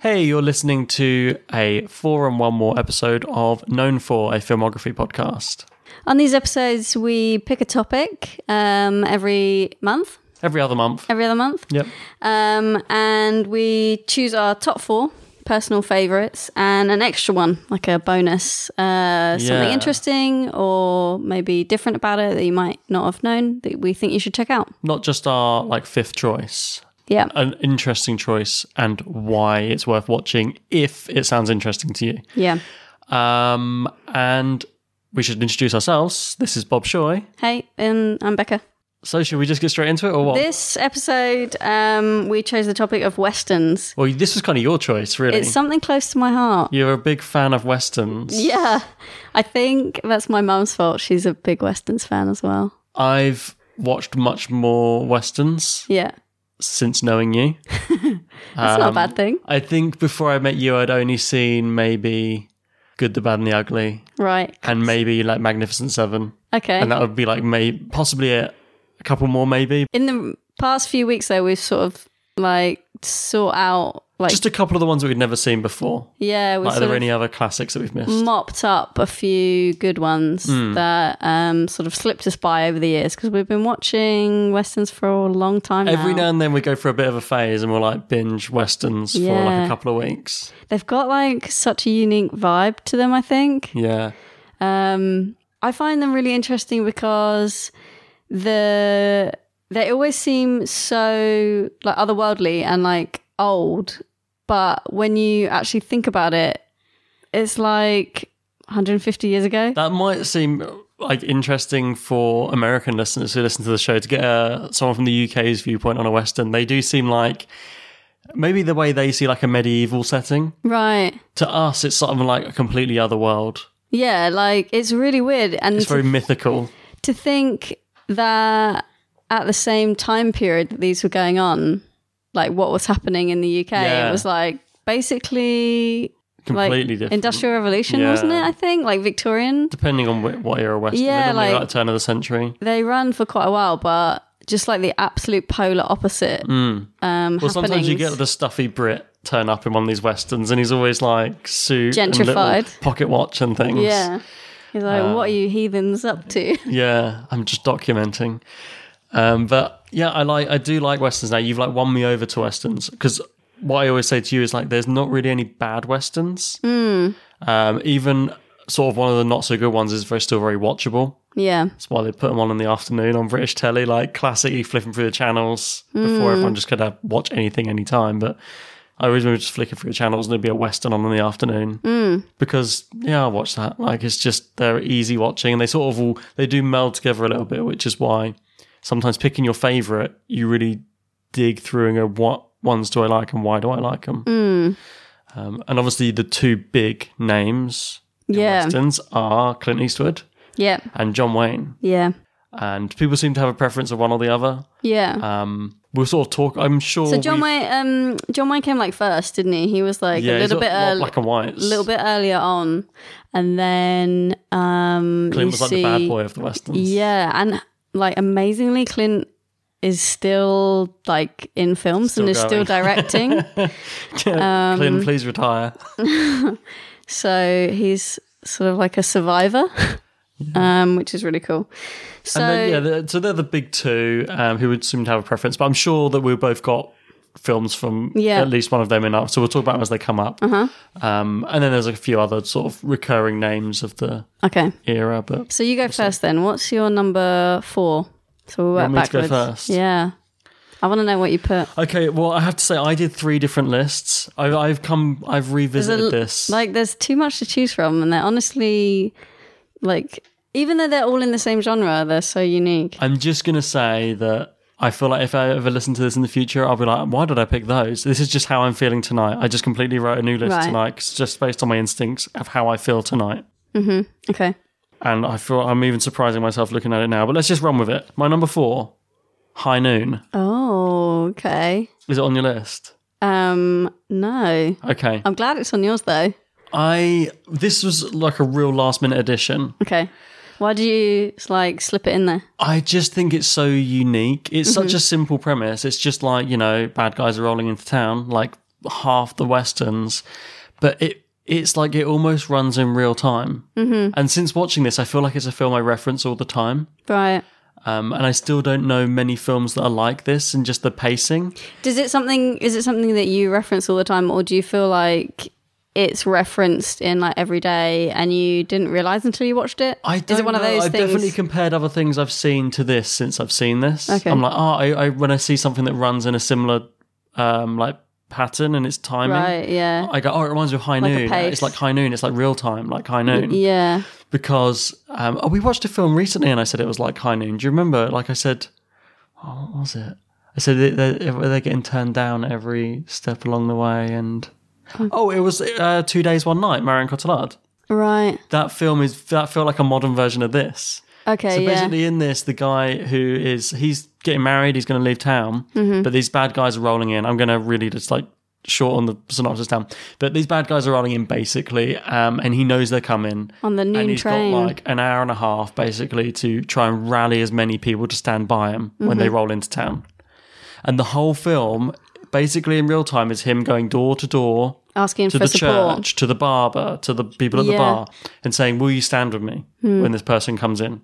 Hey, you're listening to a four and one more episode of Known for a Filmography podcast. On these episodes, we pick a topic um, every month, Every other month. every other month, Yep. um, and we choose our top four personal favorites and an extra one, like a bonus, uh, something Yeah. interesting or maybe different about it that you might not have known that we think you should check out. Not just our like fifth choice. Yeah, An interesting choice and why it's worth watching if it sounds interesting to you. yeah. Um, and we should introduce ourselves. This is Bob Shoy. Hey, and I'm Becca. So should we just get straight into it or what? This episode, um, we chose the topic of westerns. well, this was kind of your choice, really. It's something close to my heart. You're a big fan of westerns. Yeah, I think that's my mum's fault. She's a big Westerns fan as well. I've watched much more westerns Yeah, since knowing you. that's not a bad thing, I think before I met you, I'd only seen maybe Good, the Bad, and the Ugly, right? and maybe like Magnificent Seven, Okay. and that would be like may possibly a, a couple more, maybe In the past few weeks, though, we've sort of like sort out like just a couple of the ones that we'd never seen before. yeah, we Like, are sort there of any other classics that we've missed? mopped up a few good ones Hmm. that um sort of slipped us by over the years because we've been watching westerns for a long time. Every now. now and then we go for a bit of a phase and we'll like binge westerns for like a Yeah. couple of weeks. they've got like such a unique vibe to them. I think. Yeah. Um, I find them really interesting because the they always seem so like otherworldly and like old, but when you actually think about it, it's like 150 years ago. That might seem like interesting for American listeners who listen to the show to get uh, someone from the UK's viewpoint on a Western. They do seem like maybe the way they see like a medieval setting. right. To us, it's sort of like a completely other world. Yeah, like it's really weird and It's to, very mythical. to think that at the same time period that these were going on, like what was happening in the UK, Yeah. it was like basically Completely like different. Industrial Revolution, Yeah. wasn't it? I think like Victorian. Depending on wh- what era Western. Yeah, Yeah, like, like- like turn of the century. They run for quite a while, but just like the absolute polar opposite. Um, Hmm. Well, sometimes you get happenings. the stuffy Brit turn up in one of these Westerns and he's always like suit and little Gentrified. pocket watch and things. yeah. He's like, Uh, what are you heathens up to? Yeah, I'm just documenting. Um, but yeah, I like I do like westerns now. You've like won me over to westerns because what I always say to you is like, there's not really any bad westerns. Um, even sort of one of the not so good ones is very still very watchable. yeah, That's why they put them on in the afternoon on British telly, like classically flipping through the channels before everyone just could have, watch anything anytime. But I always remember just flicking through the channels and there'd be a Western on in the afternoon because, yeah, I'll watch that. Like it's just, they're easy watching and they sort of all, they do meld together a little bit, which is why sometimes picking your favorite, you really dig through and go, what ones do I like and why do I like them? Um, and obviously the two big names in Yeah. Westerns are Clint Eastwood yeah, and John Wayne yeah, and people seem to have a preference of one or the other. yeah. Um, we'll sort of talk. I'm sure. so John we've- Wayne, um, John Wayne came like first, didn't he? He was like yeah, a he's little got a bit, lot of early, black and whites. a little bit earlier on, and then um, Clint you was like see- the bad boy of the westerns. Yeah, and like amazingly, Clint is still like in films Still and is going. still directing. um, Clint, please retire. so he's sort of like a survivor, um, which is really cool. So and then, yeah, the, so they're the big two um, who would seem to have a preference, but I'm sure that we've both got films from Yeah. Uh-huh. at least one of them in up. So we'll talk about them as they come up. Um, and then there's a few other sort of recurring names of the okay, era, but so you go first then. What's your number four? So we'll work want me to go backwards. first? Yeah, I want to know what you put. okay. Well, I have to say I did three different lists. I, I've come, I've There's revisited a l- this. Like, there's too much to choose from, and they're honestly like, even though they're all in the same genre, they're so unique. I'm just gonna say that I feel like if I ever listen to this in the future, I'll be like, why did I pick those? This is just how I'm feeling tonight. I just completely wrote a new list Right. tonight, 'cause just based on my instincts of how I feel tonight. Okay, and I feel I'm even surprising myself looking at it now. But let's just run with it. My number four, High Noon. oh, okay. Is it on your list? Um, no, Okay. I'm glad it's on yours though. I this was like a real last minute addition. Okay, why do you like slip it in there? I just think it's so unique. It's such Mm-hmm. a simple premise. It's just like, you know, bad guys are rolling into town, like half the westerns, but it it's like it almost runs in real time. Mm-hmm. And since watching this, I feel like it's a film I reference all the time. Right. Um, and I still don't know many films that are like this and just the pacing. Does it something? Is it something that you reference all the time, or do you feel like? It's referenced in like every day, and you didn't realize until you watched it. I don't is it one of know. those I've things? definitely compared other things I've seen to this since I've seen this. Okay. I'm like, oh, I, I when I see something that runs in a similar um, like pattern and its timing, right? Yeah. I go, oh, it reminds me of High Like a Noon. pace. It's like High Noon. It's like real time, like High Noon. yeah. Because um, oh, we watched a film recently and I said it was like High Noon. Do you remember? Like I said, oh, what was it? I said they- they- they're getting turned down every step along the way, and Hmm. oh, it was uh, two days, one night. Marion Cotillard. Right. That film is that felt like a modern version of this. Okay. So yeah. basically, in this, the guy who is he's getting married, he's going to leave town, but these bad guys are rolling in. I'm going to really just like shorten the synopsis down, but these bad guys are rolling in basically, um, and he knows they're coming On the noon and he's train. got like an hour and a half basically to try and rally as many people to stand by him when they roll into town, and the whole film. Basically, in real time, is him going door to door asking to for the support. church, to the barber, to the people at the Yeah. Hmm. bar, and saying, "Will you stand with me when this person comes in?"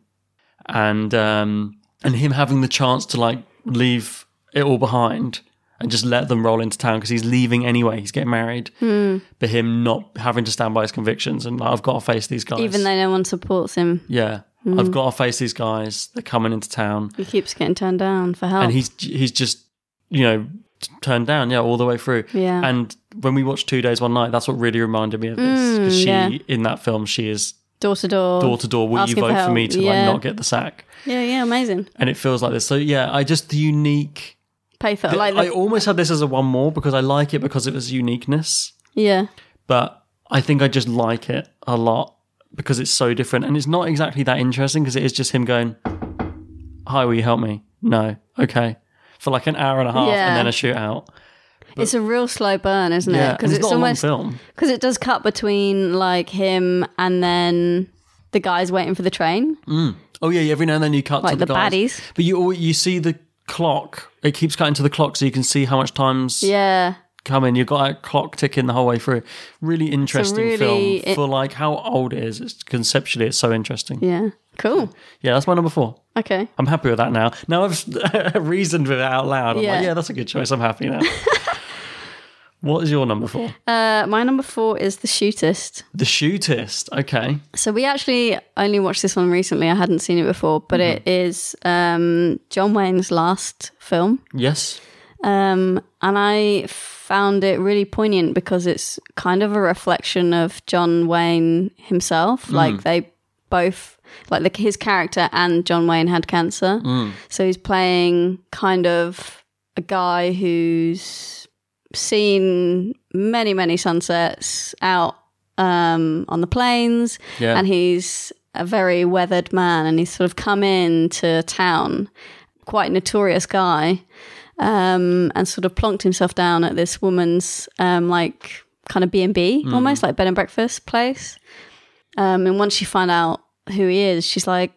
And um, and him having the chance to like leave it all behind and just let them roll into town because he's leaving anyway. He's getting married, Hmm. but him not having to stand by his convictions and like, I've got to face these guys. Even though Hmm. no one supports him, yeah, I've got to face these guys. They're coming into town, he keeps getting turned down for help. and he's he's just you know t- turned down yeah all the way through Yeah. and when we watched two days one night that's what really reminded me of this because she Mm, yeah. in that film she is door to door. door to door will you asking vote for, help. me to yeah. like not get the sack Yeah, yeah, amazing. and it feels like this so yeah i just the unique Pay for it. like i the, almost had this as a one more because i like it because of its uniqueness yeah, but i think i just like it a lot because it's so different and it's not exactly that interesting because it is just him going hi will you help me no okay for like an hour and a half Yeah. and then a shootout it's a real slow burn, isn't Yeah, it? and it's, not almost a long film. because it does cut between like him and then the guys waiting for the train. Oh yeah, yeah, every now and then you cut Like to the, the guys. baddies. but you al- you see the clock. It keeps cutting to the clock, so you can see how much time's Yeah, coming. You've got a clock ticking the whole way through. Really interesting really- film for like how old it is. It's conceptually, it's so interesting. Yeah, yeah, cool. that's my number four. Okay, I'm happy with that now. Now I've reasoned with it out loud. I'm Yeah. like, yeah, that's a good choice. I'm happy now. what is your number four? uh, my number four is the shootist. The Shootist. Okay. So we actually only watched this one recently. I hadn't seen it before, but it is um, John Wayne's last film. Yes. Um, and I found it really poignant because it's kind of a reflection of John Wayne himself. Like they both, like the, his character and John Wayne had cancer, so he's playing kind of a guy who's seen many, many sunsets out um, on the plains, Yeah. and he's a very weathered man, and he's sort of come into town, quite notorious guy um, and sort of plonked himself down at this woman's um, like kind of B and B, Mm-hmm. almost like bed and breakfast place. Um, and once you find out who he is, she's like,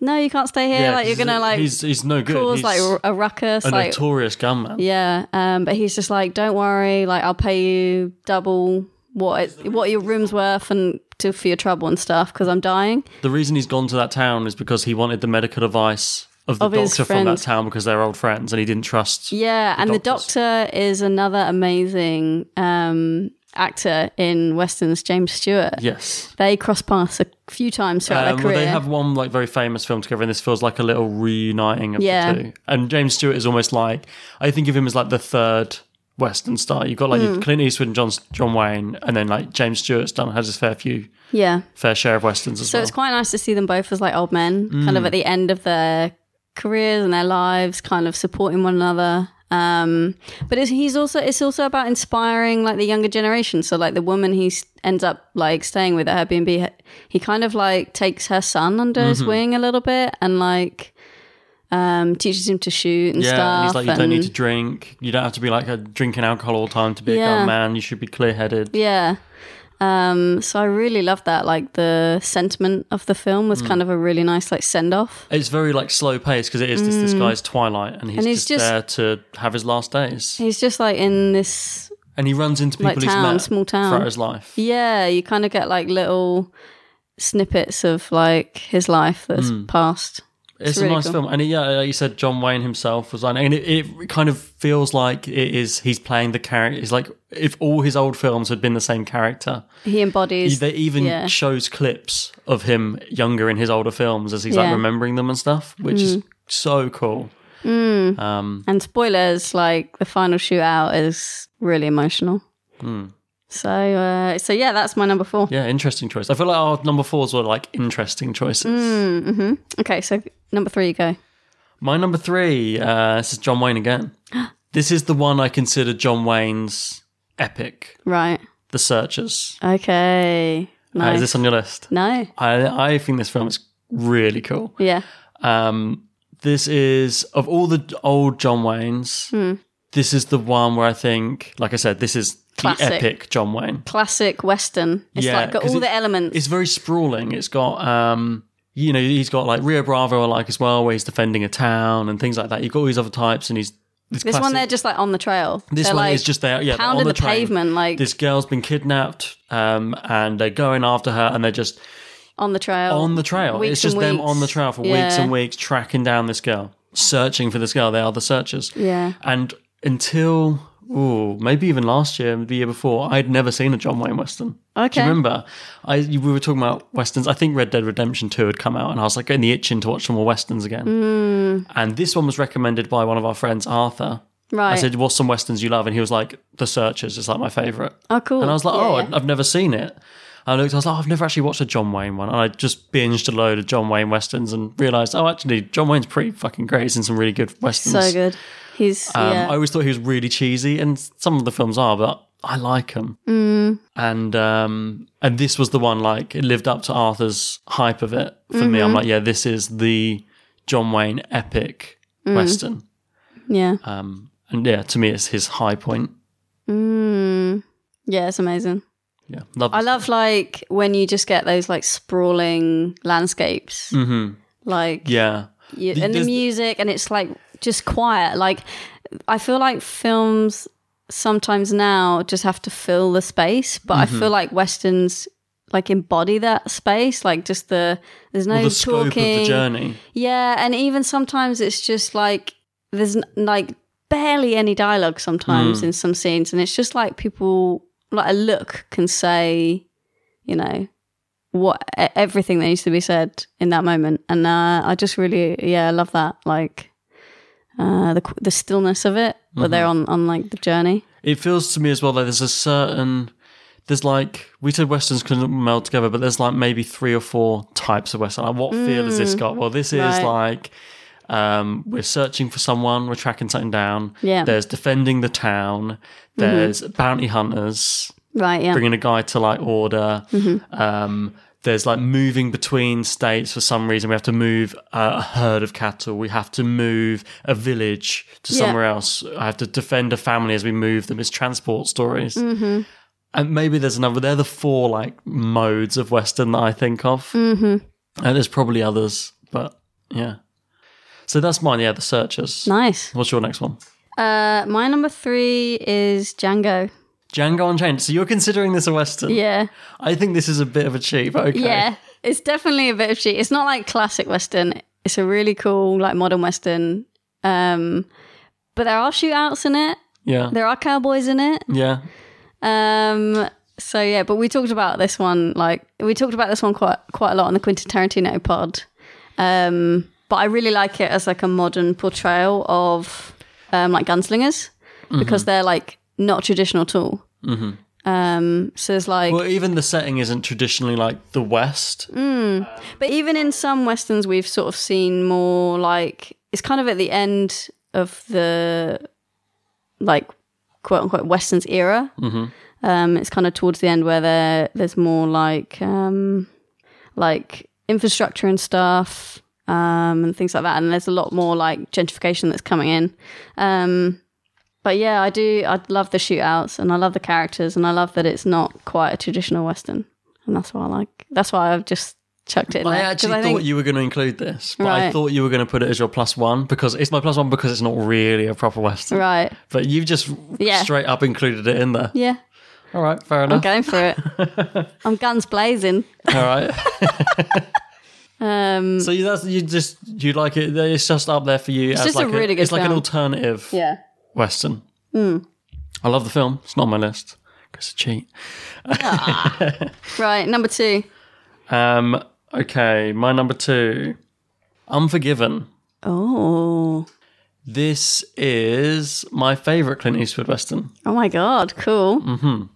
no, you can't stay here. like you're 'cause gonna like he's he's no good. cause he's like a ruckus. a like notorious gunman. yeah, um, but he's just like, don't worry, like I'll pay you double what it, what your room's worth and to for your trouble and stuff because I'm dying. The reason he's gone to that town is because he wanted the medical advice of the Of his doctor from friend. that town because they're old friends and he didn't trust. Yeah, and doctors. the Doctor is another amazing um, actor in westerns, James Stewart. Yes. They cross paths a few times throughout Um, their well, career. they have one like very famous film together, and this feels like a little reuniting of Yeah. the two. And James Stewart is almost like I think of him as like the third Western star. You've got like Hmm. Clint Eastwood and John John Wayne, and then like James Stewart's done has his fair few yeah, fair share of westerns as so well. Mm. it's quite nice to see them both as like old men, kind of at the end of their careers and their lives, kind of supporting one another. Um, but it's, he's also it's also about inspiring like the younger generation. So like the woman he s- ends up like staying with at her B and B, he kind of like takes her son under his Mm-hmm. wing a little bit and like um, teaches him to shoot and yeah, stuff. and he's like, you don't need and- to drink. You don't have to be like a drinking alcohol all the time to be a Yeah. gun man. You should be clear headed. Yeah. Um, so I really love that. Like the sentiment of the film Hmm. was kind of a really nice like send off. It's very like slow paced because it is this, this guy's Twilight, and he's, Mm. And he's just, just- there to have his last days. He's just like in this And he runs into people Like he's town, met small town. throughout his life. yeah, you kind of get like little snippets of like his life that's Hmm. passed. It's, really a nice cool. film, and it, yeah, like you said, John Wayne himself was on, and it, it kind of feels like it is he's playing the character. It's like if all his old films had been the same character. He embodies They even yeah. shows clips of him younger in his older films as he's Yeah. Mm. like remembering them and stuff, which is so cool. and spoilers, like the final shootout is really emotional. Hmm. So uh, so yeah, that's my number four. Yeah, interesting choice. I feel like our number fours were like interesting choices. Mm. Okay, so number three you go. My number three, uh, this is John Wayne again. this is the one I consider John Wayne's epic, Right. The Searchers. Okay. Uh, Nice. is this on your list? no. I, I think this film is really cool. Yeah. Um, this is of all the old John Waynes, Hmm. this is the one where I think, like I said, this is Classic. the epic John Wayne. Classic Western. It's Yeah, like got 'cause all it- the elements. It's very sprawling. It's got um you know, he's got like Rio Bravo I like as well, where he's defending a town and things like that. You've got all these other types and he's this, This one classic- they're just like on the trail. this They're, one like, is just there, yeah, pounded on the, the train. pavement, like- this girl's been kidnapped, um, and they're going after her, and they're just on the trail. on the trail. Weeks it's just and them weeks. on the trail for weeks Yeah. and weeks, tracking down this girl, searching for this girl. They are the searchers. Yeah. And until ooh, maybe even last year, the year before, I'd never seen a John Wayne Western. Do Okay. you remember? I you- we were talking about westerns. I think Red Dead Redemption Two had come out, and I was like getting the itching to watch some more westerns again. Hmm. And this one was recommended by one of our friends, Arthur. Right. I said, "What's some westerns you love?" And he was like, "The Searchers is like my favorite." Oh, cool. And I was like, Yeah, "Oh, yeah. I'd- I've never seen it." And I looked, I was like, oh, "I've never actually watched a John Wayne one." And I just binged a load of John Wayne westerns and realized, "Oh, actually, John Wayne's pretty fucking great. He's in some really good westerns." so good. He's Um, yeah. I always thought he was really cheesy, and some of the films are, but I like him. Mm. And um, and this was the one like it lived up to Arthur's hype of it for me. Mm-hmm. I'm like, yeah, this is the John Wayne epic Mm. western. yeah. Um, and yeah, to me, it's his high point. Mm. Yeah, it's amazing. Yeah, love. I love like when you just get those like sprawling landscapes. Mm-hmm. Like Yeah, you, The- and the there's- music and it's like just quiet like i feel like films sometimes now just have to fill the space but i Mm-hmm. feel like westerns like embody that space like just the there's no well, the scope talking of the journey. yeah and even sometimes it's just like there's n- like barely any dialogue sometimes in some scenes and it's just like people like a look can say you know what e- everything that needs to be said in that moment and uh, i just really yeah i love that like uh the qu- the stillness of it where they're on on like the journey It feels to me as well that there's a certain there's like we said westerns can meld together, but there's like maybe three or four types of western. Like what feel has this got? Well, this is Mm. right. like um, we're searching for someone, we're tracking something down. Yeah. Mm-hmm. There's defending the town. There's bounty hunters right yeah Mm-hmm. bringing a guy to like order. Um, there's like moving between states for some reason. We have to move uh, a herd of cattle. We have to move a village to Yeah. somewhere else. I have to defend a family as we move them. It's transport stories. Mm-hmm. And maybe there's another. They're the four like modes of Western that I think of. Mm-hmm. And there's probably others, but Yeah. So that's mine. Yeah, the searchers. Nice. What's your next one? Uh, my number three is Django. Django Unchained. So you're considering this a western? Yeah. I think this is a bit of a cheat. but Okay. Yeah. It's definitely a bit of cheat. It's not like classic Western. It's a really cool, like modern Western. Um, but there are shootouts in it. Yeah. There are cowboys in it. Yeah. Um, so yeah, but we talked about this one like we talked about this one quite quite a lot on the Quentin Tarantino pod. Um, but I really like it as like a modern portrayal of um, like gunslingers Mm-hmm. because they're like not traditional at all. Mm-hmm. Um, so it's like, Well, even the setting isn't traditionally like the West. but even in some westerns, we've sort of seen more like it's kind of at the end of the like quote unquote westerns era. Mm-hmm. Um, it's kind of towards the end where there there's more like um, like infrastructure and stuff um, and things like that, and there's a lot more like gentrification that's coming in. Um, but yeah, I do. I love the shootouts, and I love the characters, and I love that it's not quite a traditional western, and that's why I like. That's why I've just chucked it. In I there, 'cause actually I thought think- you were going to include this, but I Right. thought you were going to put it as your plus one because it's my plus one because it's not really a proper Western. right. But you've just Yeah. straight up included it in there. Yeah, All right, fair I'm enough. going for it. I'm guns blazing. All right. Um, So you, that's you just you like it. It's just up there for you. It's as just a like really good It's like an film. alternative yeah. Hmm. western. I love the film. It's not on my list because it's a cheat. Right. Number two. Um. Okay, my number two, Unforgiven. Oh. This is my favorite Clint Eastwood western. Oh my god. Cool. Mm.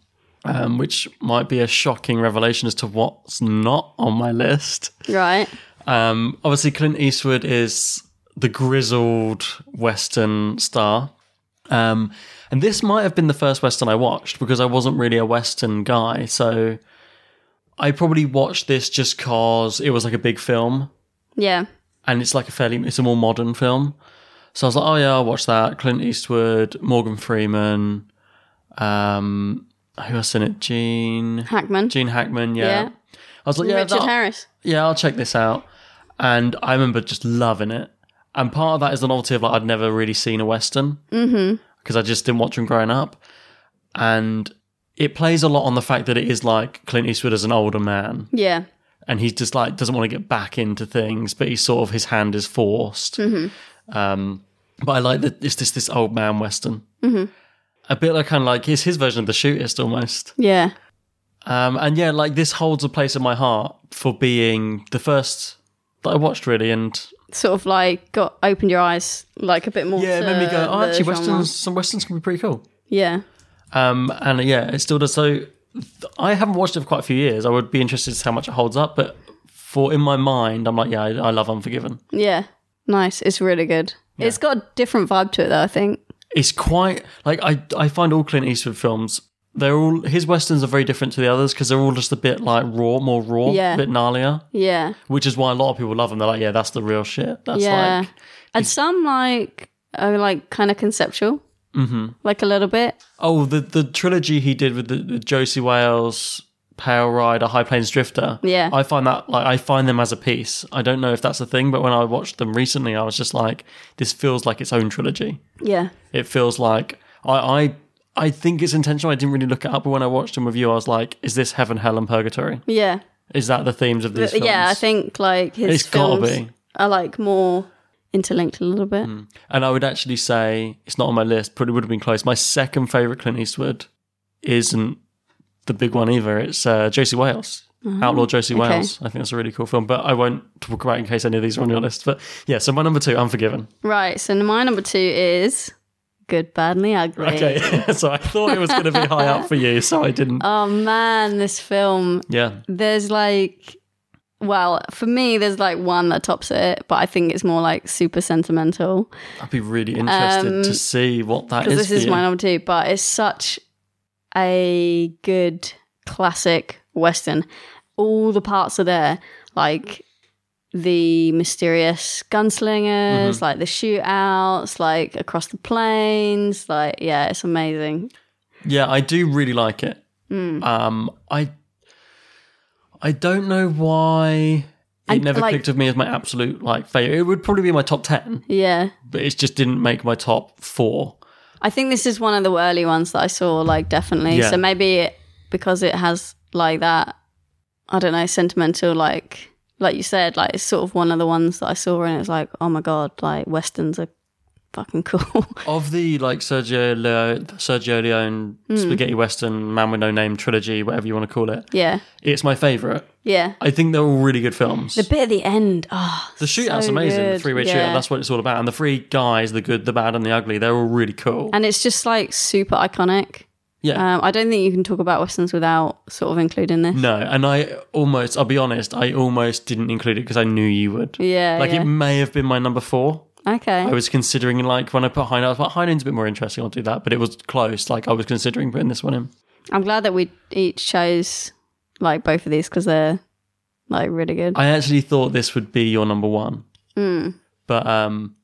um, which might be a shocking revelation as to what's not on my list. Right. Um, obviously, Clint Eastwood is the grizzled Western star. Um, and this might have been the first Western I watched because I wasn't really a Western guy. So I probably watched this just because it was like a big film Yeah. and it's like a fairly, it's a more modern film. So I was like, oh yeah, I'll watch that. Clint Eastwood, Morgan Freeman, um, who else in it? Gene. Hackman. Gene Hackman, yeah. Yeah. I was like, yeah, Richard that- Harris. yeah, I'll check this out. And I remember just loving it. And part of that is the novelty of like I'd never really seen a western because mm-hmm. I just didn't watch them growing up. And it plays a lot on the fact that it is like Clint Eastwood as an older man, Yeah. and he just like doesn't want to get back into things, but he's sort of his hand is forced. Mm-hmm. Um, but I like that it's just this old man western, mm-hmm. a bit like kind of like it's his version of the shootist almost. Yeah. Um, and yeah, like this holds a place in my heart for being the first that I watched really, and Sort of like got opened your eyes like a bit more. yeah, it to made me go, oh, the actually, genre. westerns, some westerns can be pretty cool. Yeah. Um, and yeah, it still does. So th- I haven't watched it for quite a few years. I would be interested to see how much it holds up, but for in my mind, I'm like, yeah, I, I love Unforgiven. Yeah. Nice. It's really good. It's got a different vibe to it though, I think. It's quite like I I find all Clint Eastwood films. They're all his westerns are very different to the others because they're all just a bit like raw, more raw, Yeah. a bit gnarlier, Yeah. which is why a lot of people love them. They're like, yeah, that's the real shit. That's yeah. like and some like are like kind of conceptual. Mm-hmm. Like a little bit. Oh, the the trilogy he did with the, the Josie Wales, Pale Rider, High Plains Drifter. Yeah. I find that like I find them as a piece. I don't know if that's a thing, but when I watched them recently, I was just like, this feels like its own trilogy. Yeah. It feels like I I I think it's intentional. I didn't really look it up, but when I watched them with you, I was like, is this heaven, hell, and purgatory? Yeah. Is that the themes of these But films? yeah, I think like his It's gotta films be. Hmm. are like more interlinked a little bit. And I would actually say it's not on my list, but it would have been close. My second favorite Clint Eastwood isn't the big one either. It's uh, Josie Wales, Outlaw Josie Mm-hmm. okay. Wales. I think that's a really cool film, but I won't talk about it in case any of these are on your list. But yeah, so my number two, Unforgiven. Right. So my number two is good, bad, and the ugly. Okay, so I thought it was going to be high up for you, so I didn't. Oh man, this film. yeah, There's like, well, for me, there's like one that tops it, but I think it's more like super sentimental I'd be really interested to see what that is. because Um, this for is you. my number two. But it's such a good classic western. All the parts are there, like the mysterious gunslingers, Mm-hmm. like the shootouts, like across the plains. Like, yeah, it's amazing. Yeah, I do really like Hmm. it. Um, I I don't know why it never like- clicked with me as my absolute like favorite. It would probably be my top ten, Yeah. but it just didn't make my top four. I think this is one of the early ones that I saw, like definitely. Yeah. So maybe it, because it has like that, I don't know, sentimental, like like you said, like it's sort of one of the ones that I saw, and it's like, oh my god, like westerns are fucking cool. Of the like Sergio Leo, Sergio Leone Hmm. spaghetti western Man with No Name trilogy, whatever you want to call it, yeah, it's my favorite. yeah. I think they're all really good films. The bit at the end, oh, The shootout's so amazing. The good. three-way Yeah. shootout. That's what it's all about. And the three guys, the good, the bad, and the ugly—they're all really cool. and it's just like super iconic. yeah. Um, I don't think you can talk about westerns without sort of including this. no, and I almost—I'll be honest—I almost didn't include it because I knew you would. Yeah, Like yeah. it may have been my number four. Okay, I was considering like when I put Heine, I was like Heine's a bit more interesting. I'll do that, but it was close. Like I was considering putting this one in. I'm glad that we each chose like both of these because they're like really good. I actually thought this would be your number one, but um,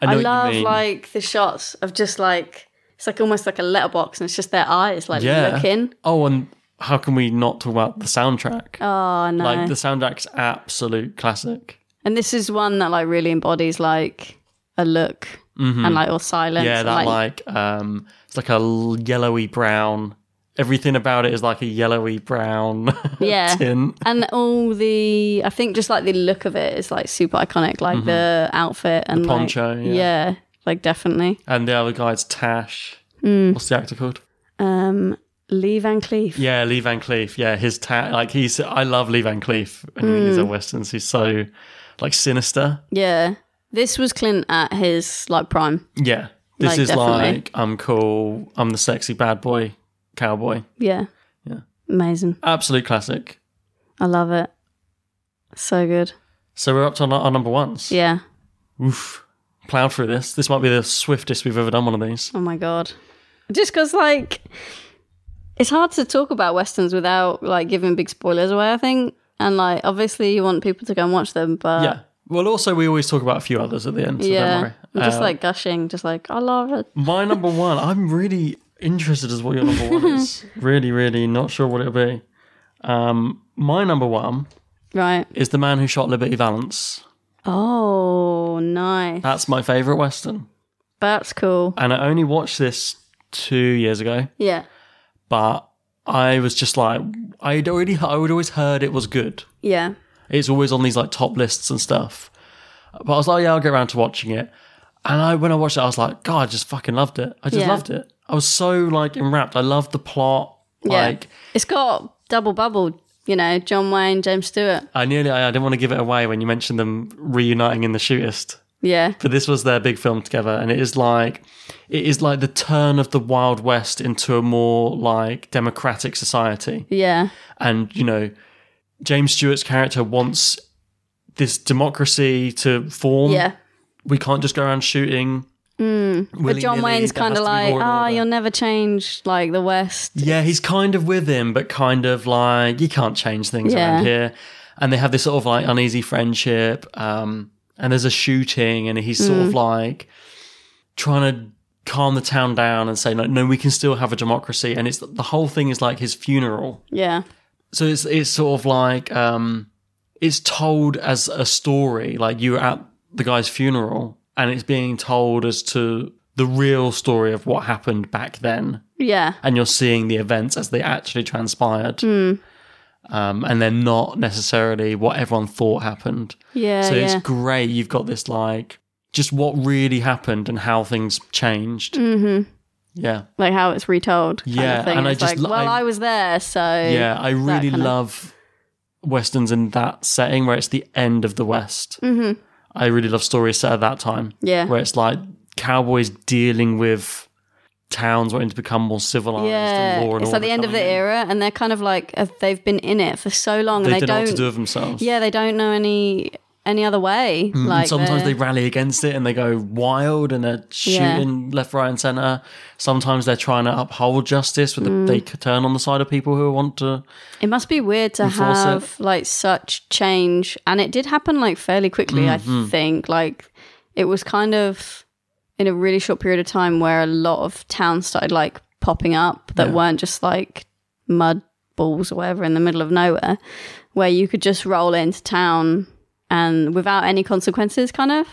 I, know Hmm. I what love you mean. like the shots of just like it's like almost like a letterbox and it's just their eyes like yeah. looking. Oh, and how can we not talk about the soundtrack? Oh no. Like the soundtrack's absolute classic. and this is one that like really embodies like a look and like or Mm-hmm. silence. Yeah, and, that like, like, um, it's like a l- yellowy brown. Everything about it is like a yellowy brown Yeah. tint. and all the I think just like the look of it is like super iconic, like the outfit and like- Mm-hmm. poncho, yeah. like definitely. And the other guy's Tash. Mm. What's the actor called? Um Lee Van Cleef. Yeah, Lee Van Cleef. Yeah, his ta- like he's. I love Lee Van Cleef and mm. his westerns. He's so like sinister. Yeah. This was Clint at his like prime. Yeah, this Like, is definitely. like I'm cool. I'm the sexy bad boy cowboy. Yeah. Yeah. Amazing. Absolute classic. I love it. So good. So we're up to our, our number ones. Yeah. Oof. Plowed through this. This might be the swiftest we've ever done one of these. Oh my god. Just because, like, it's hard to talk about westerns without like giving big spoilers away. I think, and like, obviously, you want people to go and watch them, but yeah. Well, also we always talk about a few others at the end. So don't yeah, worry. I'm just Uh, like gushing, just like I love it. my number one. I'm really interested as what your number one is. Really, really not sure what it'll be. Um, my number one Right. is the man who shot Liberty Valance. Oh, nice. That's my favourite Western. That's cool. And I only watched this two years ago, Yeah. but I was just like, I'd already, I would always heard it was good. Yeah. It's always on these like top lists and stuff. But I was like, yeah, I'll get around to watching it. And I, when I watched it, I was like, God, I just fucking loved it. I just Yeah. loved it. I was so like enwrapped. I loved the plot. Yeah. Like, it's got double bubble. You know, John Wayne, James Stewart. I nearly, I, I didn't want to give it away when you mentioned them reuniting in the shootist. Yeah. but this was their big film together and it is like it is like the turn of the wild west into a more like democratic society Yeah. and you know james stewart's character wants this democracy to form Yeah. we can't just go around shooting Mm. But John Wayne's kind of like, ah, you'll never change like the West. yeah he's kind of with him but kind of like you can't change things around Yeah. here and they have this sort of like uneasy friendship um and there's a shooting and he's sort Mm. of like trying to calm the town down and say like no we can still have a democracy and it's the whole thing is like his funeral Yeah. so it's it's sort of like um it's told as a story like you were at the guy's funeral and it's being told as to the real story of what happened back then Yeah. and you're seeing the events as they actually transpired. Um, and they're not necessarily what everyone thought happened. Yeah. so Uh, yeah. it's great. You've got this like just what really happened and how things changed. Yeah. like how it's retold. kind of Yeah, thing. and I It's just like, lo- well, I- I, was there, so Yeah. I really kind of- love Westerns in that setting where it's the end of the West. Mm-hmm. I really love stories set at that time. Yeah. Where it's like cowboys dealing with towns wanting to become more civilized yeah. and law and It's like order the end of the coming in. era, and they're kind of like uh, they've been in it for so long, They, and they don't know don't. what to do with themselves. yeah, they don't know any any other way. like and sometimes they they're- rally against it and they go wild and they're Yeah. shooting left, right, and center. Sometimes they're trying to uphold justice, but Mm. the, they could turn on the side of people who want to. It must be weird to enforce it. have like such change, and it did happen like fairly quickly. Mm-hmm. I think like it was kind of in a really short period of time where a lot of towns started like popping up that weren't just like mud balls or whatever in the middle of nowhere, where you could just roll into town and without any consequences, kind of.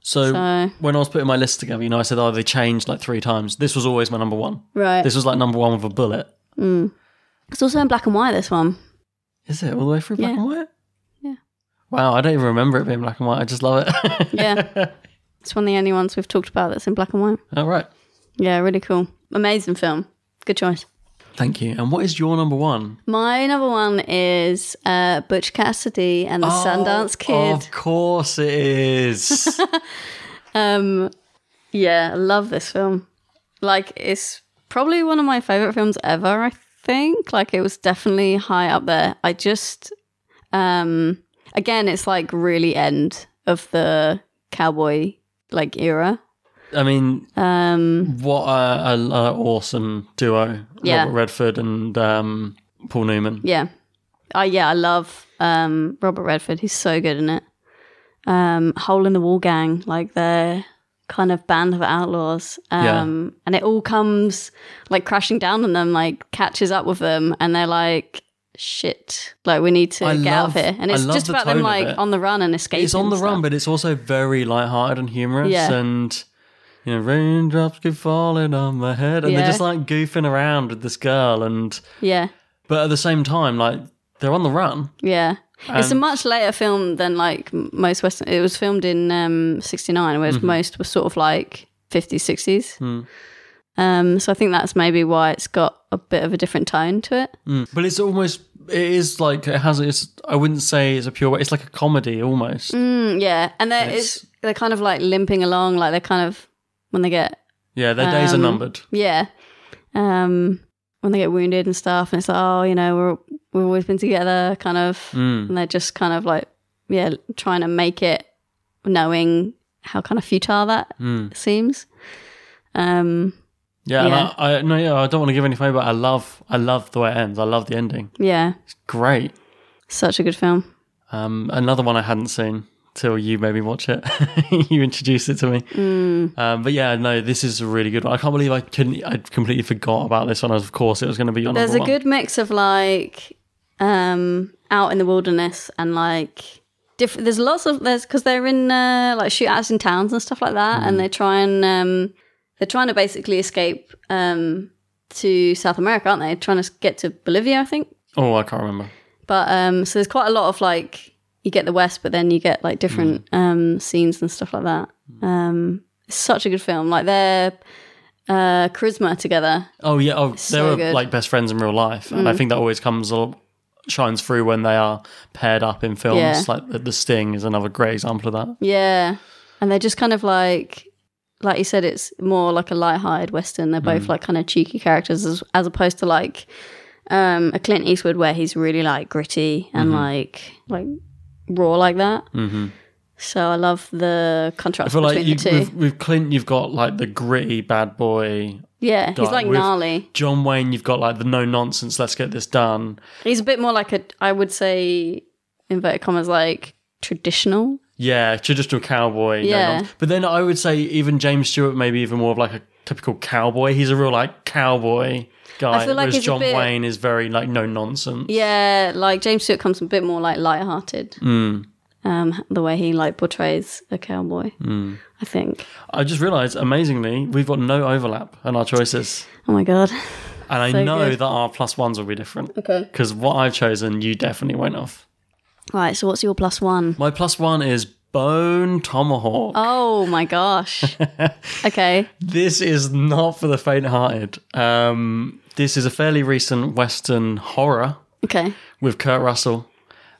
So, So- when I was putting my list together, you know, I said, oh, they changed like three times. This was always my number one. Right. This was like number one with a bullet. it's also in black and white. This one. Is it all the way through black Yeah. and white? Yeah. Wow, I don't even remember it being black and white. I just love it. Yeah. it's one of the only ones we've talked about that's in black and white. all right. Yeah, really cool. Amazing film. Good choice. Thank you. And what is your number one? My number one is uh, Butch Cassidy and the Oh, Sundance Kid. Of course it is. Um, yeah, I love this film. Like, it's probably one of my favorite films ever. I think like it was definitely high up there. I just, um, again, it's like really end of the cowboy like era. I mean, Um, what a, a, a awesome duo. Yeah. Robert Redford and um, Paul Newman. yeah, I yeah, I love um Robert Redford. He's so good in it. Um, Hole in the Wall gang, like they're kind of band of outlaws. Yeah. Um, and it all comes like crashing down on them, like catches up with them, and they're like, "Shit, like we need to I get love- out of here." And I it's love just the about tone them of like it. on the run and escaping. It's on the and run, stuff. but it's also very lighthearted and humorous. Yeah. And, you know, raindrops keep falling on my head. And they're Yeah. just like goofing around with this girl. And, yeah, but at the same time, like, they're on the run. yeah. it's a And- much later film than like m- most Western. It was filmed in um, 69, whereas most were sort of like 50s, 60s. Um, so I think that's maybe why it's got a bit of a different tone to it. But it's almost, it is like, it has, it's, I wouldn't say it's a pure, it's like a comedy almost. Mm, yeah, and they're, it's, they're kind of like limping along, like they're kind of when they get Yeah, their days are Um, numbered. yeah, um, when they get wounded and stuff, and it's like oh, you know, we're we've always been together, kind of, and they're just kind of like yeah, trying to make it, knowing how kind of futile that seems. Um, Yeah, Yeah. And I, I no, yeah, I don't want to give any away, but I love, I love the way it ends. I love the ending. yeah, It's great. such a good film. Um, another one I hadn't seen till you made me watch it. you introduced it to me. Mm. Um, but yeah, no, this is a really good one. I can't believe I couldn't. I completely forgot about this one. Of course, it was going to be your There's a number one. good mix of like um out in the wilderness and like different there's lots of there's because they're in uh, like shootouts in towns and stuff like that Hmm. and they're trying um they're trying to basically escape um to South America aren't they trying to get to Bolivia I think Oh, I can't remember. but um so there's quite a lot of like you get the west but then you get like different Hmm. um scenes and stuff like that um it's such a good film like their uh charisma together Oh yeah, oh, they So were good. Mm. like best friends in real life, and I think that always comes a lot- shines through when they are paired up in films. Yeah. Like the, the Sting is another great example of that. Yeah. And they're just kind of like like you said, it's more like a light-hearted western. They're Mm. both like kind of cheeky characters as as opposed to like um a Clint Eastwood where he's really like gritty and Mm-hmm. like like raw like that. Mm-hmm. So I love the I contrast feel between like you, the two. with, with Clint, you've got like the gritty bad boy. yeah, he's Like, like with- gnarly. John Wayne, you've got like the no nonsense. Let's get this done. He's a bit more like a I would say inverted commas like traditional. Yeah, traditional cowboy. no Yeah. nonsense. but then I would say even James Stewart, maybe even more of like a typical cowboy. He's a real like cowboy guy. I feel like whereas he's a John bit- Wayne is very like no nonsense. Yeah, like James Stewart comes a bit more like light-hearted. Um, the way he like portrays a cowboy, I think. I just realised, amazingly, we've got no overlap in our choices, Oh my god. and I So know good. that our plus ones will be different. Okay. Because what I've chosen, you definitely went off. Right. So what's your plus one? My plus one is Bone Tomahawk. Oh my gosh. okay. This is not for the faint-hearted. Um, this is a fairly recent Western horror. Okay. with Kurt Russell.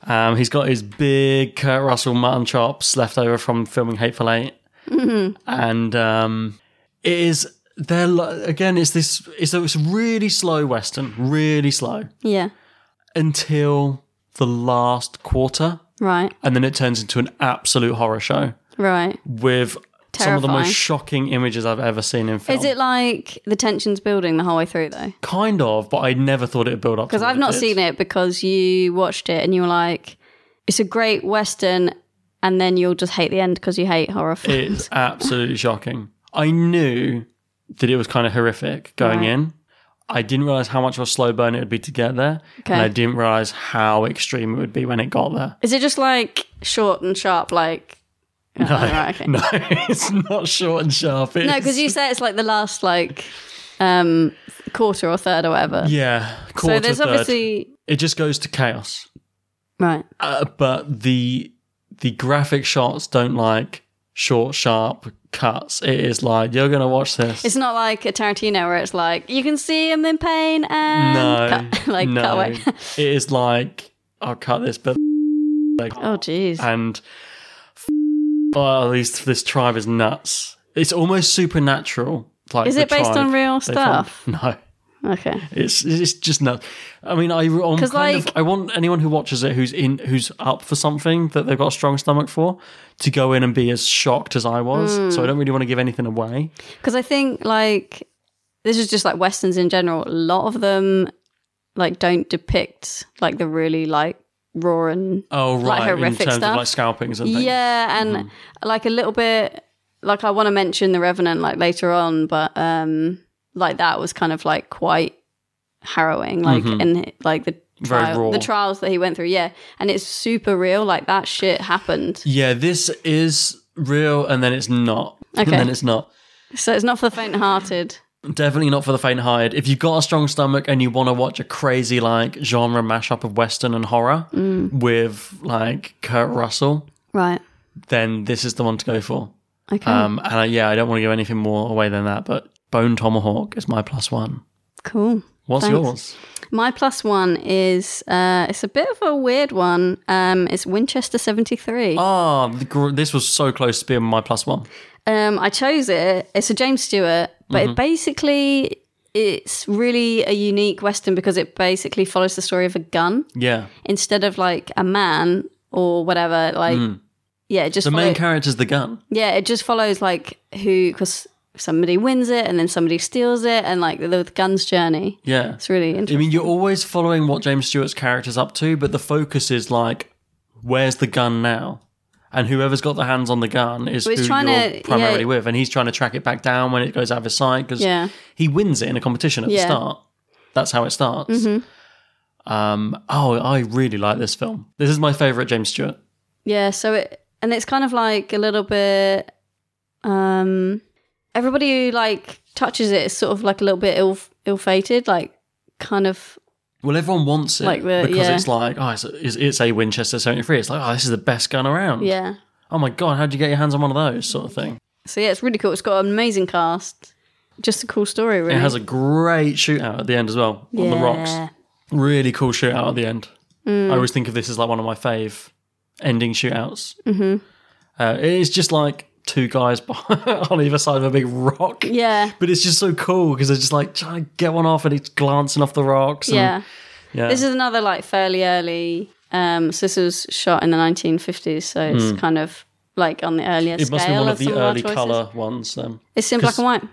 Um, he's got his big Kurt Russell mutton chops left over from filming Hateful 8 Mm-hmm. and um, it is they're li- again. It's this. It's a it's a really slow western, really slow Yeah. until the last quarter, Right. and then it turns into an absolute horror show Right. with some of the most Terrifying. shocking images I've ever seen in film. Is it like the tension's building the whole way through though? kind of? But I never thought it would build up Because I've not seen it. seen it because you watched it and you were like, it's a great western, and then you'll just hate the end because you hate horror films. It's absolutely shocking. I knew that it was kind of horrific going in. I didn't realize how much of a slow burn it would be to get there, Okay. and I didn't realize how extreme it would be when it got there. Is it just like short and sharp? Like no, right, okay. No, it's not short and sharp. It's, No, because you say it's like the last like um quarter or third or whatever. yeah, quarter, so there's third. obviously it just goes to chaos. right. Uh, but the the graphic shots don't like short, sharp cuts. It is like you're gonna watch this. It's not like a Tarantino where it's like you can see him in pain and no, um, cut, like no. cut away. it is like I'll cut this, but oh jeez. and f- oh, these this tribe is nuts. It's almost supernatural. Like Is the it based on tribe real they found- stuff? No, Okay. it's it's just nuts. I mean, I I'm 'Cause, kind of, like- I want anyone who watches it who's in who's up for something that they've got a strong stomach for to go in and be as shocked as I was. Hmm. So I don't really want to give anything away. Because I think like this is just like westerns in general. A lot of them like don't depict like the really like raw and Oh right, like in horrific terms stuff. of like scalpings and things. Yeah, and Mm-hmm. like a little bit like I want to mention the Revenant like later on, but um like that was kind of like quite harrowing, like and like the Mm-hmm. Very raw. trial, the trials that he went through. Yeah, and it's super real. Like that shit happened. yeah. This is real, and then it's not. Okay. And then it's not. So it's not for the faint-hearted. Definitely not for the faint-hearted. If you've got a strong stomach and you want to watch a crazy like genre mashup of western and horror Mm. with like Kurt Russell, Right. then this is the one to go for. Okay. Um, and I, yeah, I don't want to give anything more away than that. But Bone Tomahawk is my plus one. cool. What's Thanks. yours? My plus one is uh it's a bit of a weird one. Um it's Winchester 73. Ah, the gr- this was so close to being my plus one. Um, I chose it. It's a James Stewart, but Mm-hmm. it basically it's really a unique western because it basically follows the story of a gun Yeah, instead of like a man or whatever. Like, yeah, it just Mm. the main follow- character's the gun. yeah, it just follows like who because somebody wins it and then somebody steals it and like the, the gun's journey. Yeah, It's really I interesting. mean, you're always following what James Stewart's character's up to, but the focus is like, where's the gun now? And whoever's got the hands on the gun is Well, he's who trying you're to- primarily yeah. with, and he's trying to track it back down when it goes out of his sight because Yeah. he wins it in a competition at the Yeah. Mm-hmm. start. That's how it starts. Um, oh, I really like this film. This is my favorite James Stewart. Yeah, so it and it's kind of like a little bit um everybody who like touches it is sort of like a little bit ill ill fated, like kind of Well, everyone wants it Like the- because yeah. it's like, oh, it's a, it's, it's a Winchester 73. It's like, oh, this is the best gun around. yeah. Oh my god, how'd you get your hands on one of those sort of thing? So yeah, it's really cool. It's got an amazing cast. Just a cool story, really. It has a great shootout at the end as well on the rocks. Yeah. Mm. Really cool shootout at the end. I always think of this as like one of my fave ending shootouts. Mm-hmm. Uh, it is just like two guys behind, on either side of a big rock. Yeah. But it's just so cool because they're just like trying to get one off and it's glancing off the rocks. And, Yeah. yeah. This is another like fairly early um so this was shot in the nineteen fifties, so it's kind of like on the earlier Hmm. it scale must be one of, of the some our early choices. colour ones then. It's in black and white.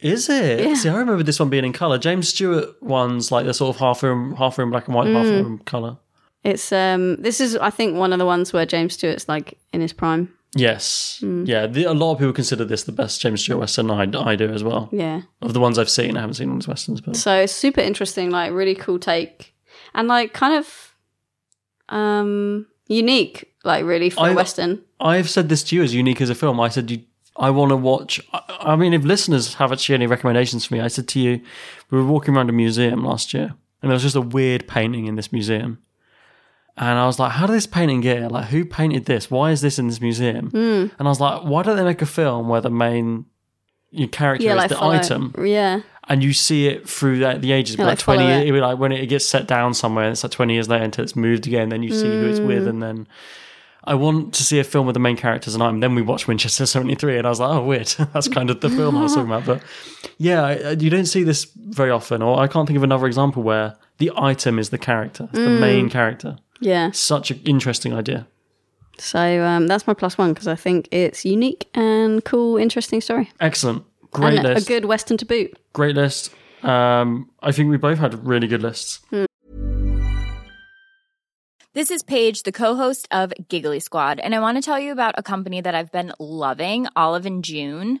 Is it? See, I remember this one being in colour. James Stewart ones, like they're sort of half room, half room black and white, half Mm. room colour. It's um this is I think one of the ones where James Stewart's like in his prime. Yes. Hmm. Yeah. The, a lot of people consider this the best James Stewart Western. I, I do as well. Yeah. Of the ones I've seen, I haven't seen all his Westerns, but So it's super interesting, like really cool take. And like kind of um unique, like really for I- a Western. I've said this to you as unique as a film. I said, you, I want to watch. I, I mean, if listeners have actually any recommendations for me, I said to you, we were walking around a museum last year and there was just a weird painting in this museum. And I was like, how did this painting get here? Like, who painted this? Why is this in this museum? Hmm. And I was like, why don't they make a film where the main your character Yeah, is like the follow- item? Yeah. and you see it through the, the ages, but Yeah, like, like, twenty, follow it. it'd be like when it gets set down somewhere, and it's like twenty years later until it's moved again. Then you see who it's Mm. with, and then I want to see a film with the main characters and I'm. Then we watch Winchester seventy three, and I was like, oh weird, that's kind of the film I was talking about. But yeah, I, I- you don't see this very often, or I can't think of another example where the item is the character, it's Mm. the main character. Yeah. Such an interesting idea. So um that's my plus one because I think it's unique and cool, interesting story. Excellent, great and list, a good Western to boot. great list. Um, I think we both had really good lists. This is Paige, the co-host of Giggly Squad, and I want to tell you about a company that I've been loving, Olive and June.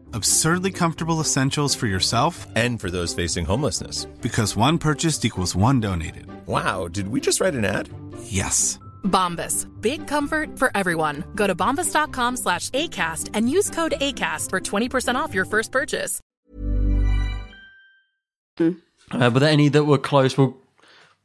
Absurdly comfortable essentials for yourself And for those facing homelessness. because one purchased equals one donated. Wow, did we just write an ad? Yes. Bombas. Big comfort for everyone. Go to bombas.com slash ACAST and use code ACAST for 20% off your first purchase. Uh, were there any that were close? We'll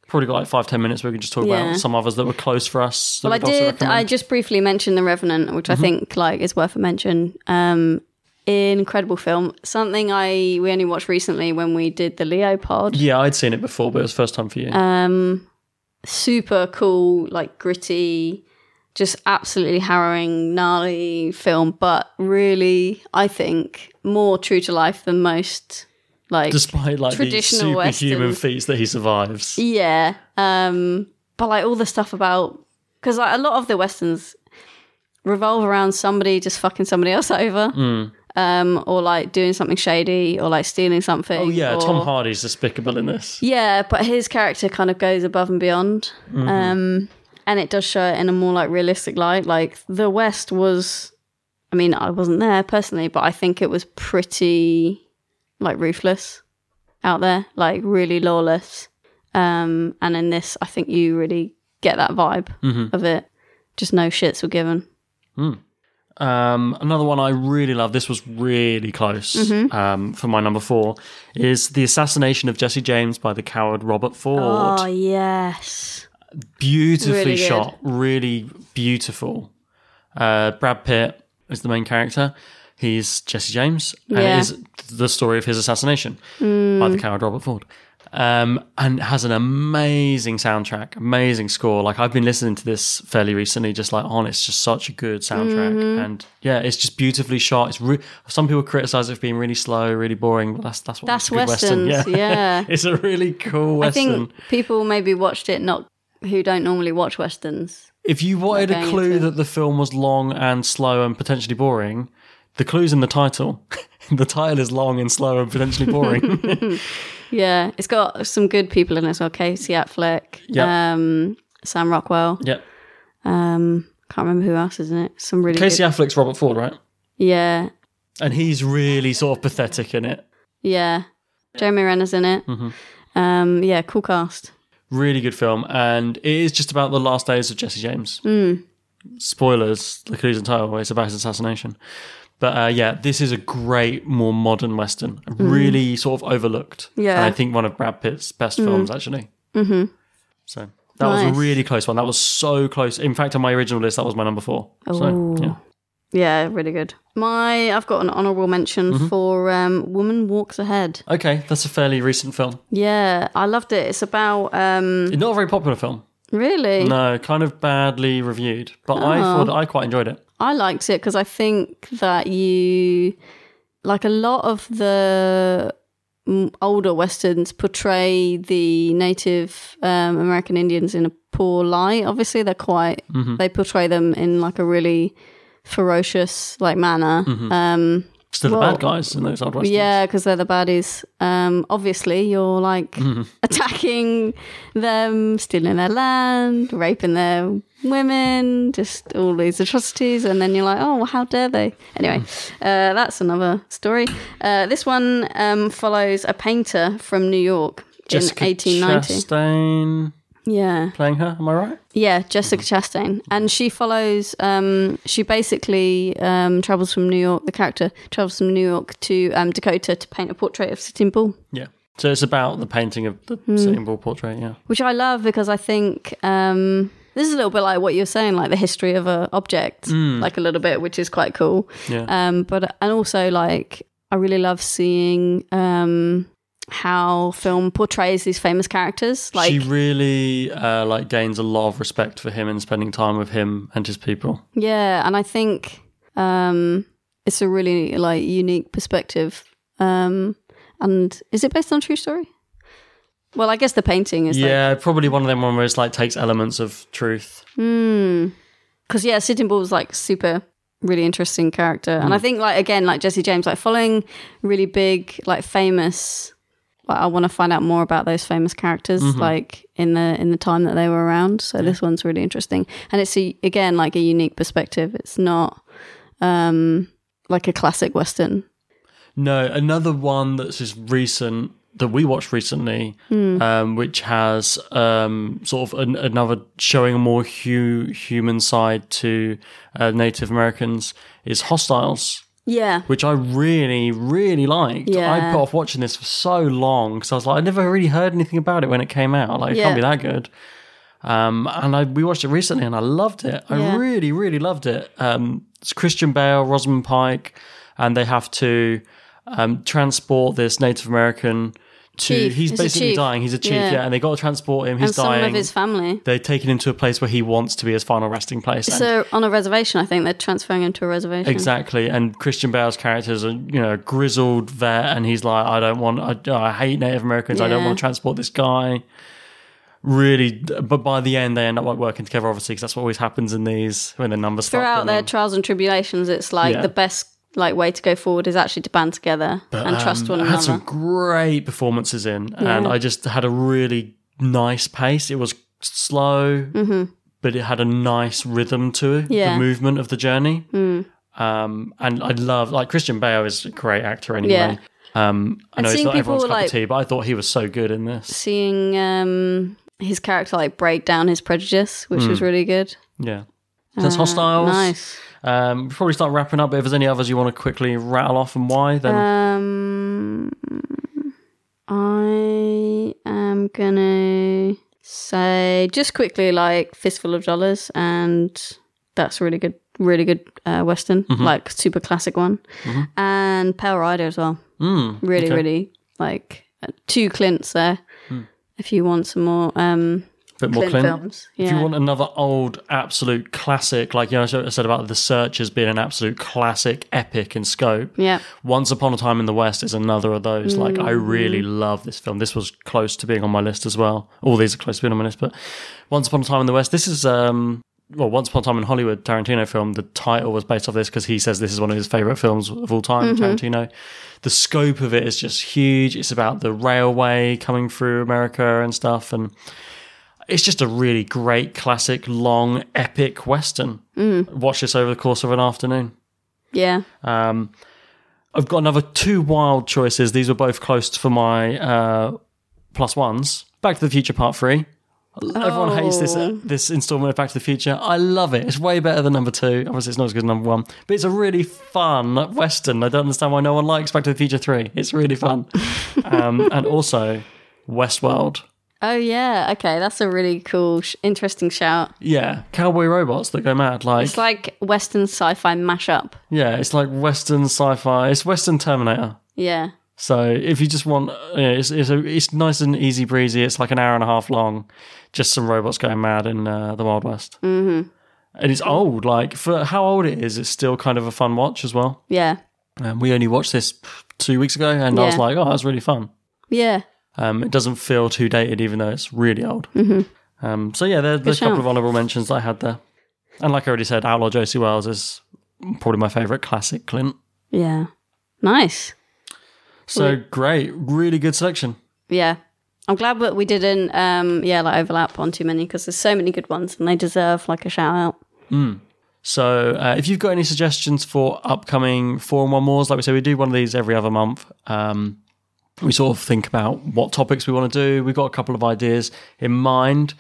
probably got like five, ten minutes. We can just talk Yeah. about some others that were close for us. that Well, I we'd also did. I recommend. Mm-hmm. just briefly mentioned The Revenant, which I think like is worth a mention. Um, incredible film. Something I we only watched recently when we did the Leo pod. Yeah, I'd seen it before, but it was the first time for you. Um, super cool, like gritty, just absolutely harrowing, gnarly film, but really, I think more true to life than most. Like Despite like the traditional superhuman Westerns. feats that he survives. Yeah. Um, but like all the stuff about because like a lot of the westerns revolve around somebody just fucking somebody else over, Mm. um, or like doing something shady, or like stealing something. Oh yeah, or- Tom Hardy's despicable in this. Yeah, but his character kind of goes above and beyond, um, and it does show it in a more like realistic light. Like the West was, I mean, I wasn't there personally, but I think it was pretty like ruthless out there, like really lawless. Um, and in this, I think you really get that vibe of it. Just no shits were given. Um, another one I really love. This was really close Mm-hmm. um, for my number four. Is the assassination of Jesse James by the coward Robert Ford. Oh, yes, beautifully Really good. shot, really beautiful. Uh, Brad Pitt is the main character. He's Jesse James, and Yeah. it is the story of his assassination by the coward Robert Ford. Um, and it has an amazing soundtrack, amazing score. Like I've been listening to this fairly recently, just like on. It's just such a good soundtrack, Mm-hmm. and yeah, it's just beautifully shot. It's re- some people criticize it for being really slow, really boring, but that's that's what That's makes a good westerns, yeah. it's a really cool I western. think people maybe watched it not who don't normally watch westerns. If you wanted going a clue into- that the film was long and slow and potentially boring, the clue's in the title. the title is long and slow and potentially boring. Yeah, it's got some good people in it as well. Casey Affleck, Yeah. um, Sam Rockwell. yep. Um, can't remember who else is in it. Some really Casey good- Affleck's Robert Ford, right? yeah, And he's really sort of pathetic in it. yeah. Jeremy Renner's in it. Mm-hmm. Um, yeah, cool cast. Really good film. And it is just about the last days of Jesse James. Hmm. Spoilers, the clue's in the title. It's about his assassination. But uh, yeah, this is a great, more modern Western. Really sort of overlooked. Hmm. Yeah. Hmm. And I think one of Brad Pitt's best films, actually. Mm-hmm. So that was Nice. a really close one. That was so close. In fact, on my original list, that was my number four. So, Ooh. yeah. Yeah, really good. My, I've got an honourable mention Mm-hmm. for um, Woman Walks Ahead. Okay, that's a fairly recent film. Yeah, I loved it. It's about um, Not a very popular film. really. No, kind of badly reviewed, but I Uh-huh. thought I quite enjoyed it. I liked it because I think that you like a lot of the mm, older westerns portray the Native um, American Indians in a poor light. Obviously, they're quite they portray them in like a really ferocious like manner. Um, Still the Well, bad guys in those old westerns. Yeah, because they're the baddies. Um, obviously, you're like attacking them, stealing their land, raping their women, just all these atrocities. And then you're like, oh, well, how dare they? Anyway, Hmm. uh, that's another story. Uh, this one um, follows a painter from New York Jessica in 1890. Chastain Yeah. playing her. Am I right? Yeah, Jessica Mm-hmm. Chastain, and she follows. Um, she basically um, travels from New York. The character travels from New York to um, Dakota to paint a portrait of Sitting Bull, Yeah. So it's about the painting of the Hmm. Sitting Bull portrait. Yeah. which I love because I think um, this is a little bit like what you're saying, like the history of a object, like a little bit, which is quite cool. Mm. Yeah. Um, but and also like I really love seeing um, how film portrays these famous characters. Like she really uh, like gains a lot of respect for him and spending time with him and his people. Yeah, and I think um, it's a really like unique perspective. Um, and is it based on a true story? Well, I guess the painting is yeah, probably one of them one where it's like takes elements of truth. because Mm. yeah, Sitting Bull was like super really interesting character, and Mm. I think like again like Jesse James like following really big like famous. Like, I want to find out more about those famous characters Mm-hmm. like in the in the time that they were around. So this one's really interesting, and it's a, again like a unique perspective. It's not um, like a classic western. No, another one that's just recent that we watched recently, um, which has um, sort of an, another showing a more hu- human side to uh, Native Americans is Hostiles. Yeah. which I really, really liked. Yeah. I put off watching this for so long because I was like, I never really heard anything about it when it came out. Like, it Yeah. can't be that good. Um, and I, we watched it recently, and I loved it. Yeah. I really, really loved it. Um, it's Christian Bale, Rosamund Pike, and they have to um, transport this Native American to. Chief. He's It's a basically chief. dying. He's a chief, Yeah. yeah, and they got to transport him. He's and some dying. of his family. They're taken into a place where he wants to be his final resting place. and- So on a reservation, I think they're transferring him to a reservation. Exactly, and Christian Bale's character is a you know grizzled vet, and he's like, I don't want, I, I hate Native Americans. I don't Yeah. want to transport this guy. Really, but by the end, they end up like working together, obviously, because that's what always happens in these when the numbers start Throughout their coming. trials and tribulations, it's like Yeah. the best like way to go forward is actually to band together and trust one um, I another. had some great performances in, and I just had a really nice pace. It was slow, but it had a nice rhythm to Mm-hmm. Yeah. Mm. the movement of the journey. Um, and I love like Christian Bale is a great actor anyway. Yeah. Um, I And know it's seeing not everyone's people, cup like- of tea, but I thought he was so good in this. Seeing um, his character like break down his prejudice, which was really good. Yeah, so that's Hmm. hostiles. Ah, Nice. Um, we'll probably start wrapping up. But if there's any others you want to quickly rattle off and why, then Uh, Um, I am gonna say just quickly like fistful of dollars, and that's a really good, really good uh, western, Mm-hmm. like super classic one, and Power Rider as well. Mm, Really, okay. really like uh, two Clints there. If you want some more um, bit more Clint, Clint. films, yeah. If you want another old absolute classic, like you know, I said about the Search as being an absolute classic, epic in scope. yeah, Once Upon a Time in the West is another of those. Like I really love this film. This was close to being on my list as well. All these are close to being on my list, but Once Upon a Time in the West. This is um well, Once Upon a Time in Hollywood, Tarantino film. The title was based off this because he says this is one of his favorite films of all time. Tarantino. The scope of it is just huge. It's about the railway coming through America and stuff, and it's just a really great classic, long, epic western. Watch this over the course of an afternoon. yeah, Um, I've got another two wild choices. These were both close for my uh, plus ones. Back to the Future Part Three. Everyone hates this Oh. this installment of Back to the Future. I love it. It's way better than number two. Obviously, it's not as good as number one, but it's a really fun western. I don't understand why no one likes Back to the Future Three. It's really fun, um, and also Westworld. oh yeah. Okay, that's a really cool, sh- interesting shout. Yeah, cowboy robots that go mad. Like, It's like Western sci-fi mashup. yeah, it's like Western sci-fi. It's Western Terminator. Yeah. So if you just want, uh, you know, it's it's, a, it's nice and easy breezy. It's like an hour and a half long, just some robots going mad in uh, the Wild West. Mm-hmm. And it's old, like for how old it is, it's still kind of a fun watch as well. Yeah. Um, we only watched this two weeks ago, and I was Yeah. like, oh, that's really fun. Yeah. Um, it doesn't feel too dated, even though it's really old. Um, so yeah, there, there's a couple Mm-hmm. shout. of honourable mentions that I had there. And like I already said, Outlaw Josie Wells is probably my favourite classic Clint. Yeah. Nice. So great, really good selection. Yeah. I'm glad that we didn't, um, yeah, like overlap on too many because there's so many good ones and they deserve like a shout out. So uh, if you've got any suggestions for upcoming four and one mores, like we say, we do one of these every other month. Um, we sort of think about what topics we want to do. We've got a couple of ideas in mind.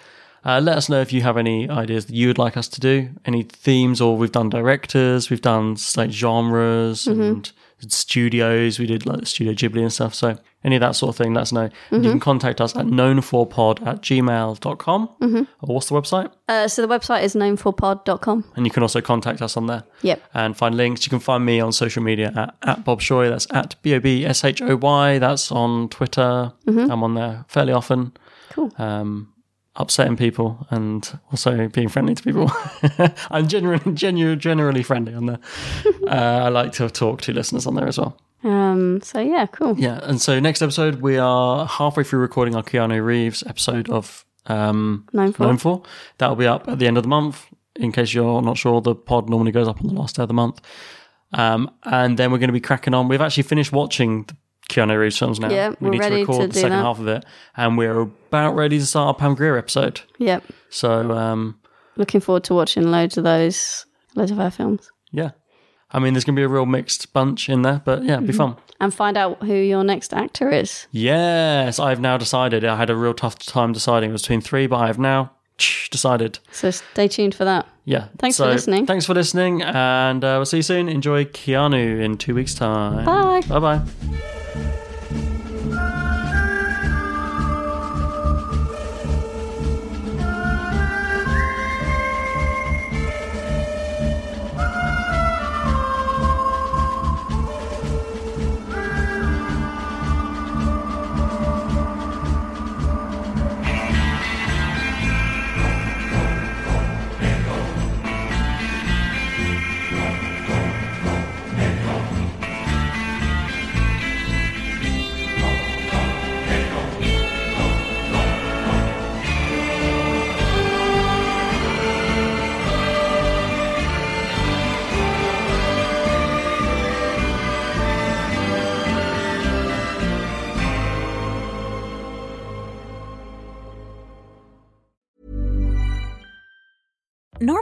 Uh, let us know if you have any ideas that you would like us to do, any themes, or we've done directors, we've done like genres and studios. We did like Studio Ghibli and stuff. So any of that sort of thing, let us know. And you can contact us at known4pod at gmail.com. Mm-hmm. Or what's the website? Uh, so the website is knownforpod.com. And you can also contact us on there Yep. and find links. You can find me on social media at, at Bob Shoy. That's at B O B S H O Y. That's on Twitter. I'm on there fairly often. Cool. Um, upsetting people and also being friendly to people. I'm genuinely, genuinely, generally friendly on there. uh, I like to talk to listeners on there as well. Um, so yeah, cool. Yeah. And so next episode, we are halfway through recording our Keanu Reeves episode of um, Known for. Known For. That'll be up at the end of the month. In case you're not sure, the pod normally goes up on the last day of the month. Um, and then we're going to be cracking on. We've actually finished watching the Keanu Reeves films now. Yeah, we we're need to ready record to the do second that. half of it. And we're about ready to start our Pam Greer episode. Yep. So, um, Looking forward to watching loads of those, loads of her films yeah. I mean, there's going to be a real mixed bunch in there, but yeah, it'd be Mm-hmm. fun. and find out who your next actor is. Yes, I've now decided. I had a real tough time deciding. It was between three, but I have now decided. So stay tuned for that. Yeah. Thanks for listening. Thanks for listening, and uh, we'll see you soon. Enjoy Keanu in two weeks' time. Bye. Bye bye.